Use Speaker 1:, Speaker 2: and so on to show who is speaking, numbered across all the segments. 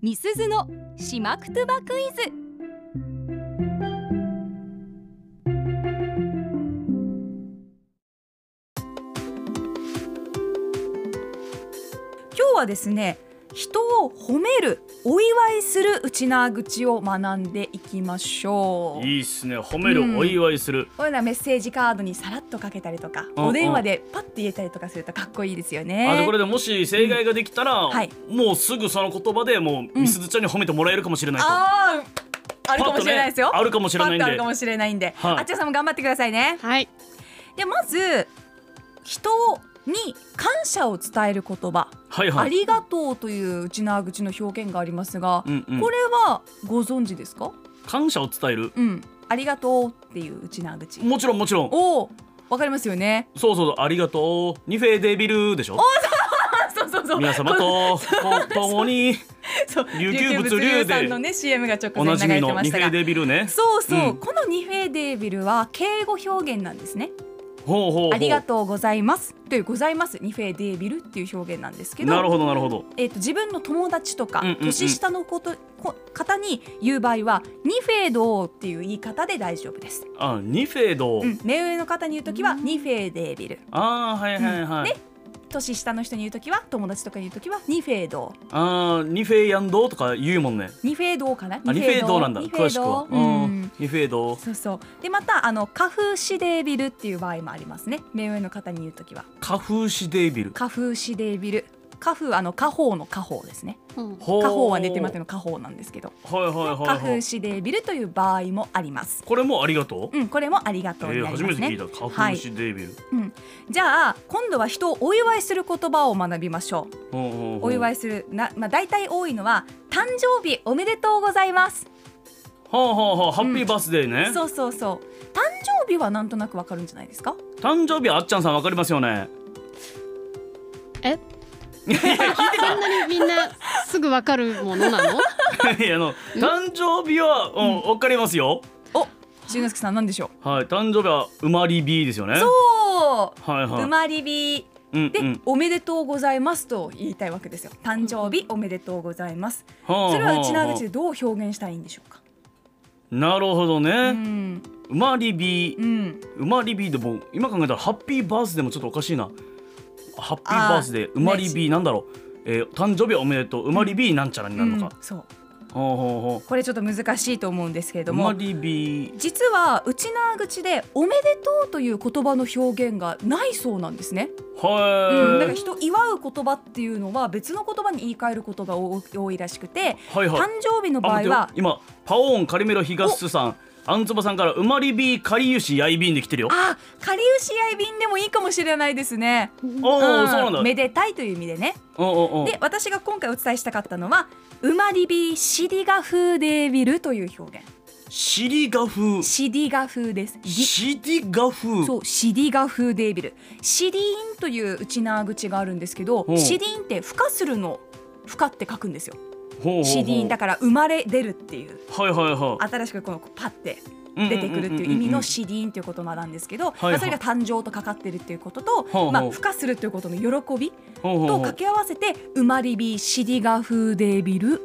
Speaker 1: みすずのしまくとばクイズ
Speaker 2: 今日はですね人を褒めるお祝いするうちな愚痴を学んでいきましょう
Speaker 3: いいっすね褒めるお祝いする、
Speaker 2: こういうのはメッセージカードにさらっとかけたりとか
Speaker 3: うん
Speaker 2: お電話でパッと言えたりとかするとかっこいいですよ
Speaker 3: あでこ
Speaker 2: ね
Speaker 3: れでもし正解ができたら、
Speaker 2: はい
Speaker 3: もうすぐその言葉でもうみすずちゃんに褒めてもらえるかもしれないと、
Speaker 2: あーあるかもしれないですよ、
Speaker 3: パッとねあるかもしれないんで
Speaker 2: パッとあるかもしれないんで、
Speaker 3: はい
Speaker 2: あっちゃんさんも頑張ってくださいね
Speaker 4: はい。
Speaker 2: でまず人に感謝を伝える言葉、
Speaker 3: はい
Speaker 2: あ
Speaker 3: はい
Speaker 2: りがとうといううちな口の表現がありますが、
Speaker 3: うんうん
Speaker 2: これはご存知ですか
Speaker 3: 感謝を伝える
Speaker 2: うん、ありがとうっていううちな口
Speaker 3: もちろんもちろん
Speaker 2: おおわかりますよね
Speaker 3: そうそうそうありがとうニフェデビルでしょ
Speaker 2: あそうそうそう
Speaker 3: 皆様
Speaker 2: こと
Speaker 3: ともに
Speaker 2: そう
Speaker 3: 琉球物流で
Speaker 2: 琉球さんのね CM が直前
Speaker 3: おな
Speaker 2: に流
Speaker 3: じ
Speaker 2: れ
Speaker 3: み
Speaker 2: て
Speaker 3: の
Speaker 2: ま
Speaker 3: ニ
Speaker 2: し
Speaker 3: フ
Speaker 2: た
Speaker 3: ェ
Speaker 2: が
Speaker 3: デビルね
Speaker 2: そうそう、
Speaker 3: うん
Speaker 2: このニフェデービルは敬語表現なんですね
Speaker 3: ほうほうほう
Speaker 2: ありがとうございますというございますニフェデービルっていう表現なんですけど
Speaker 3: なるほどなるほど
Speaker 2: えっと自分の友達とか、
Speaker 3: うんうんうん
Speaker 2: 年下のことこ方に言う場合はニフェードーっていう言い方で大丈夫です、
Speaker 3: あニフェド、
Speaker 2: うん、目上の方に言うときはニフェーデービル
Speaker 3: あーはいはいはい、
Speaker 2: うん年下の人に言うときは友達とかに言うときはニフェードー
Speaker 3: あーニフェヤンドとか言うもんね
Speaker 2: ニフェードーかな
Speaker 3: あニフェドなんだ
Speaker 2: ニフェ
Speaker 3: 詳
Speaker 2: ー
Speaker 3: しく
Speaker 2: ド
Speaker 3: は、
Speaker 2: ー
Speaker 3: う
Speaker 2: うん
Speaker 3: ん、ニフェド
Speaker 2: そうそうでまたあのカフシデービルっていう場合もありますね目上の方に言うときは
Speaker 3: カフーシデビル
Speaker 2: カフシデービルカフあの家宝の家宝ですね
Speaker 4: うん。
Speaker 3: ほ
Speaker 2: 家
Speaker 3: う
Speaker 2: 宝は寝て待ての家宝なんですけど
Speaker 3: はいはいはい、
Speaker 2: カ
Speaker 3: は
Speaker 2: フ
Speaker 3: い、
Speaker 2: シデービルという場合もあります
Speaker 3: これもありがとう、
Speaker 2: うんこれもありがとう
Speaker 3: え
Speaker 2: に
Speaker 3: ー
Speaker 2: なり
Speaker 3: 初
Speaker 2: ま
Speaker 3: め
Speaker 2: す
Speaker 3: て
Speaker 2: ね、
Speaker 3: 聞いたカフーシデビル、
Speaker 2: じゃあ今度は人をお祝いする言葉を学びましょう
Speaker 3: ほうほうほう
Speaker 2: お祝いするなまあ大体多いのは誕生日おめでとうございます
Speaker 3: はあはあはあハッピーバースデーね、
Speaker 2: そうそうそう誕生日はなんとなくわかるんじゃないですか
Speaker 3: 誕生日あっちゃんさんわかりますよね
Speaker 4: え、
Speaker 3: いやいや聞い
Speaker 4: そんなにみんなすぐわかるものなの？
Speaker 3: てたいやあの誕生日はうんわ、かりますよ
Speaker 2: おしゅんのすけさんなんでしょ
Speaker 3: はい誕生日は生まれ日ですよね
Speaker 2: うそう
Speaker 3: はいはいう
Speaker 2: まりび
Speaker 3: うん
Speaker 2: で、
Speaker 3: うん
Speaker 2: おめでとうございますと言いたいわけですよ誕生日おめでとうございます
Speaker 3: はあ
Speaker 2: それは
Speaker 3: あ
Speaker 2: 内縄口で
Speaker 3: あ
Speaker 2: どう表現したらいいんでしょうか
Speaker 3: なるほど
Speaker 2: う
Speaker 3: ね、
Speaker 2: ん
Speaker 3: うまりび
Speaker 2: うん
Speaker 3: うまりびでも今考えたらハッピーバースデーもちょっとおかしいなハッピーバースデーうまりびなんだろう、えー、誕生日おめでとううまりびなんちゃらになるのか
Speaker 2: う、んそう
Speaker 3: ほうほうほ
Speaker 2: これちょっと難しいと思うんですけれ
Speaker 3: うう
Speaker 2: ども
Speaker 3: まりび
Speaker 2: 実は内縄口で「おめでとう」という言葉の表現がないそうなんですね、
Speaker 3: はい、
Speaker 2: うん、だから人祝う言葉っていうのは別の言葉に言い換えることが多多いらしくて
Speaker 3: はいはい
Speaker 2: 誕生日の場
Speaker 3: あ待
Speaker 2: 合
Speaker 3: っ
Speaker 2: は
Speaker 3: てよ今パオーンカリメロ東さんあんつばさんからうまりびかりゆしやいびんできてるよ
Speaker 2: あかりゆし合い便でもいいかもしれないですね、
Speaker 3: おおー、
Speaker 2: うん
Speaker 3: そうなんだ
Speaker 2: めでたいという意味でね
Speaker 3: おうおうおう
Speaker 2: で私が今回お伝えしたかったのは「うまりびシディガ風デービル」という表現
Speaker 3: シリガ風
Speaker 2: シディガ風ですぎ
Speaker 3: シディガ風
Speaker 2: そうシディガ風デービルシディーンという内縄口があるんですけど
Speaker 3: ほう
Speaker 2: シディーンって孵化するの孵化って書くんですよ
Speaker 3: ほうほうほう
Speaker 2: シディーンだから生まれ出るっていう
Speaker 3: はいはいは
Speaker 2: 新しくこのパッて
Speaker 3: い
Speaker 2: 出てくるっていう意味の
Speaker 3: シ
Speaker 2: シディーンという言葉なんですけど、
Speaker 3: はいはい
Speaker 2: まあ、それが誕生とかかってるっていうことと、
Speaker 3: ほうほう
Speaker 2: まあ、孵化するということの喜びと
Speaker 3: と
Speaker 2: 掛け合わせて「生まれびシディガ風デービル」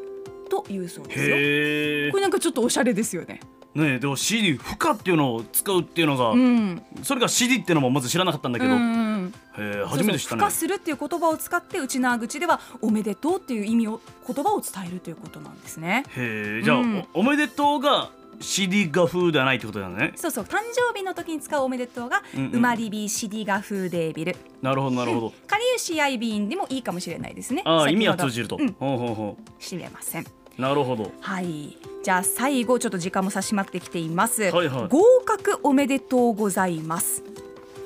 Speaker 2: というそうですよ。
Speaker 3: へえ
Speaker 2: これなんかちょっとおしゃれですよね。
Speaker 3: ねえでも CD 負荷っていうのを使うっていうのが、
Speaker 2: うん。
Speaker 3: それが CD っていうのもまず知らなかったんだけど、
Speaker 2: う
Speaker 3: へ
Speaker 2: ん
Speaker 3: え初めて知った
Speaker 2: そうそう孵
Speaker 3: ね
Speaker 2: 化するっていう言葉を使って内縄口では「おめでとう」っていう意味を言葉を伝えるということなんですね。
Speaker 3: へえじゃあ、
Speaker 2: うん
Speaker 3: おおめでとうが CD 画風ではないってことだね
Speaker 2: そうそう誕生日の時に使う「おめでとう」が
Speaker 3: うんう
Speaker 2: 「
Speaker 3: ん
Speaker 2: うまりびシディガ風デービル」
Speaker 3: なるほどなるほど、
Speaker 2: 「かりゆしアイビーン」でもいいかもしれないですね。
Speaker 3: ああ
Speaker 2: 先
Speaker 3: 意
Speaker 2: ほど
Speaker 3: 味は通じると、
Speaker 2: うん、
Speaker 3: ほうほうほ
Speaker 2: 知れません。
Speaker 3: うなるほど
Speaker 2: はい。じゃあ最後ちょっと時間も差し待ってきています。
Speaker 3: はいはい
Speaker 2: 合格おめでとうございます。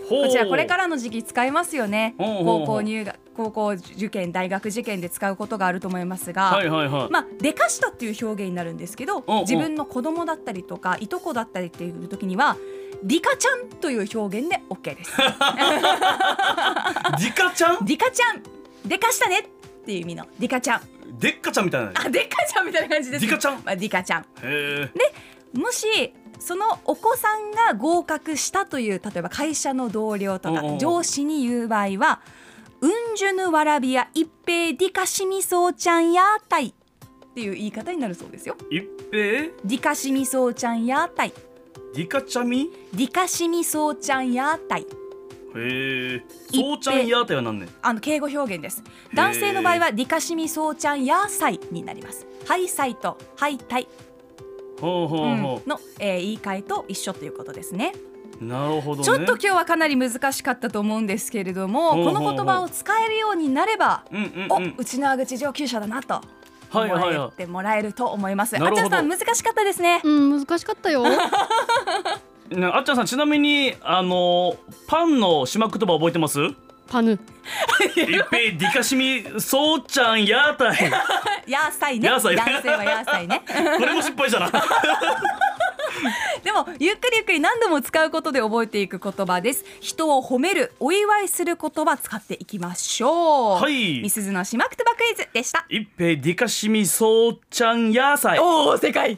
Speaker 3: ほう
Speaker 2: こちらこれからの時期使えますよね。
Speaker 3: ほうほうほ
Speaker 2: 高
Speaker 3: う
Speaker 2: 校入学、高校受験、大学受験で使うことがあると思いますが、
Speaker 3: はいはいはい、
Speaker 2: まあ、でかしたっていう表現になるんですけど
Speaker 3: おう
Speaker 2: 自分の子供だったりとかいとこだったりっていう時には「リカちゃん」という表現で OK です。
Speaker 3: ディカちゃん
Speaker 2: リカちゃんでかしたねっていう意味のリカちゃん
Speaker 3: デッカちゃんみたいなね
Speaker 2: あでかちゃんみたいな感じです
Speaker 3: リカちゃん
Speaker 2: まあ、リカちゃん
Speaker 3: へえ
Speaker 2: もしそのお子さんが合格したという例えば会社の同僚とか
Speaker 3: おうおう
Speaker 2: 上司に言う場合は「うんンジュヌワラビア一平ディカシミソウちゃんやーたいっていう言い方になるそうですよ
Speaker 3: 一平
Speaker 2: ディカシミソウちゃんやーたい
Speaker 3: ディカチャミ
Speaker 2: ディカシミソウちゃんやーたい
Speaker 3: へえ
Speaker 2: 一
Speaker 3: そうちゃんやーたよなんねん
Speaker 2: あの敬語表現です男性の場合はディカシミソウちゃんやーさいになりますはいさいとはいたい
Speaker 3: ほうほうほ
Speaker 2: の、えー言い換えと一緒ということですね
Speaker 3: う、なるほどね
Speaker 2: ちょっと今日はかなり難しかったと思うんですけれども
Speaker 3: ほうほ
Speaker 2: こ
Speaker 3: う
Speaker 2: の
Speaker 3: ほう
Speaker 2: 言葉を使えるようになれば
Speaker 3: うんうん
Speaker 2: お
Speaker 3: うん
Speaker 2: うちの口上級者だなと思
Speaker 3: はいはい
Speaker 2: っ
Speaker 3: はい
Speaker 2: てもらえると思います、
Speaker 3: な
Speaker 2: あ
Speaker 3: る
Speaker 2: ち
Speaker 3: ほ
Speaker 2: ゃ
Speaker 3: ど
Speaker 2: んさん難しかったですね
Speaker 4: うん難しかったよ
Speaker 3: ねあっちゃんさんちなみにあのパンの島言葉覚えてます
Speaker 4: パヌ
Speaker 3: 一平ディカシミそうちゃんやーたい
Speaker 2: 野菜ね
Speaker 3: 野菜
Speaker 2: 男性は野菜ね
Speaker 3: これも失敗したな
Speaker 2: でもゆっくりゆっくり何度も使うことで覚えていく言葉です人を褒めるお祝いする言葉使っていきましょう
Speaker 3: はい
Speaker 2: みすずのしまくとばクイズでした
Speaker 3: 一平ディカシミそうちゃんやーさい
Speaker 2: おお世界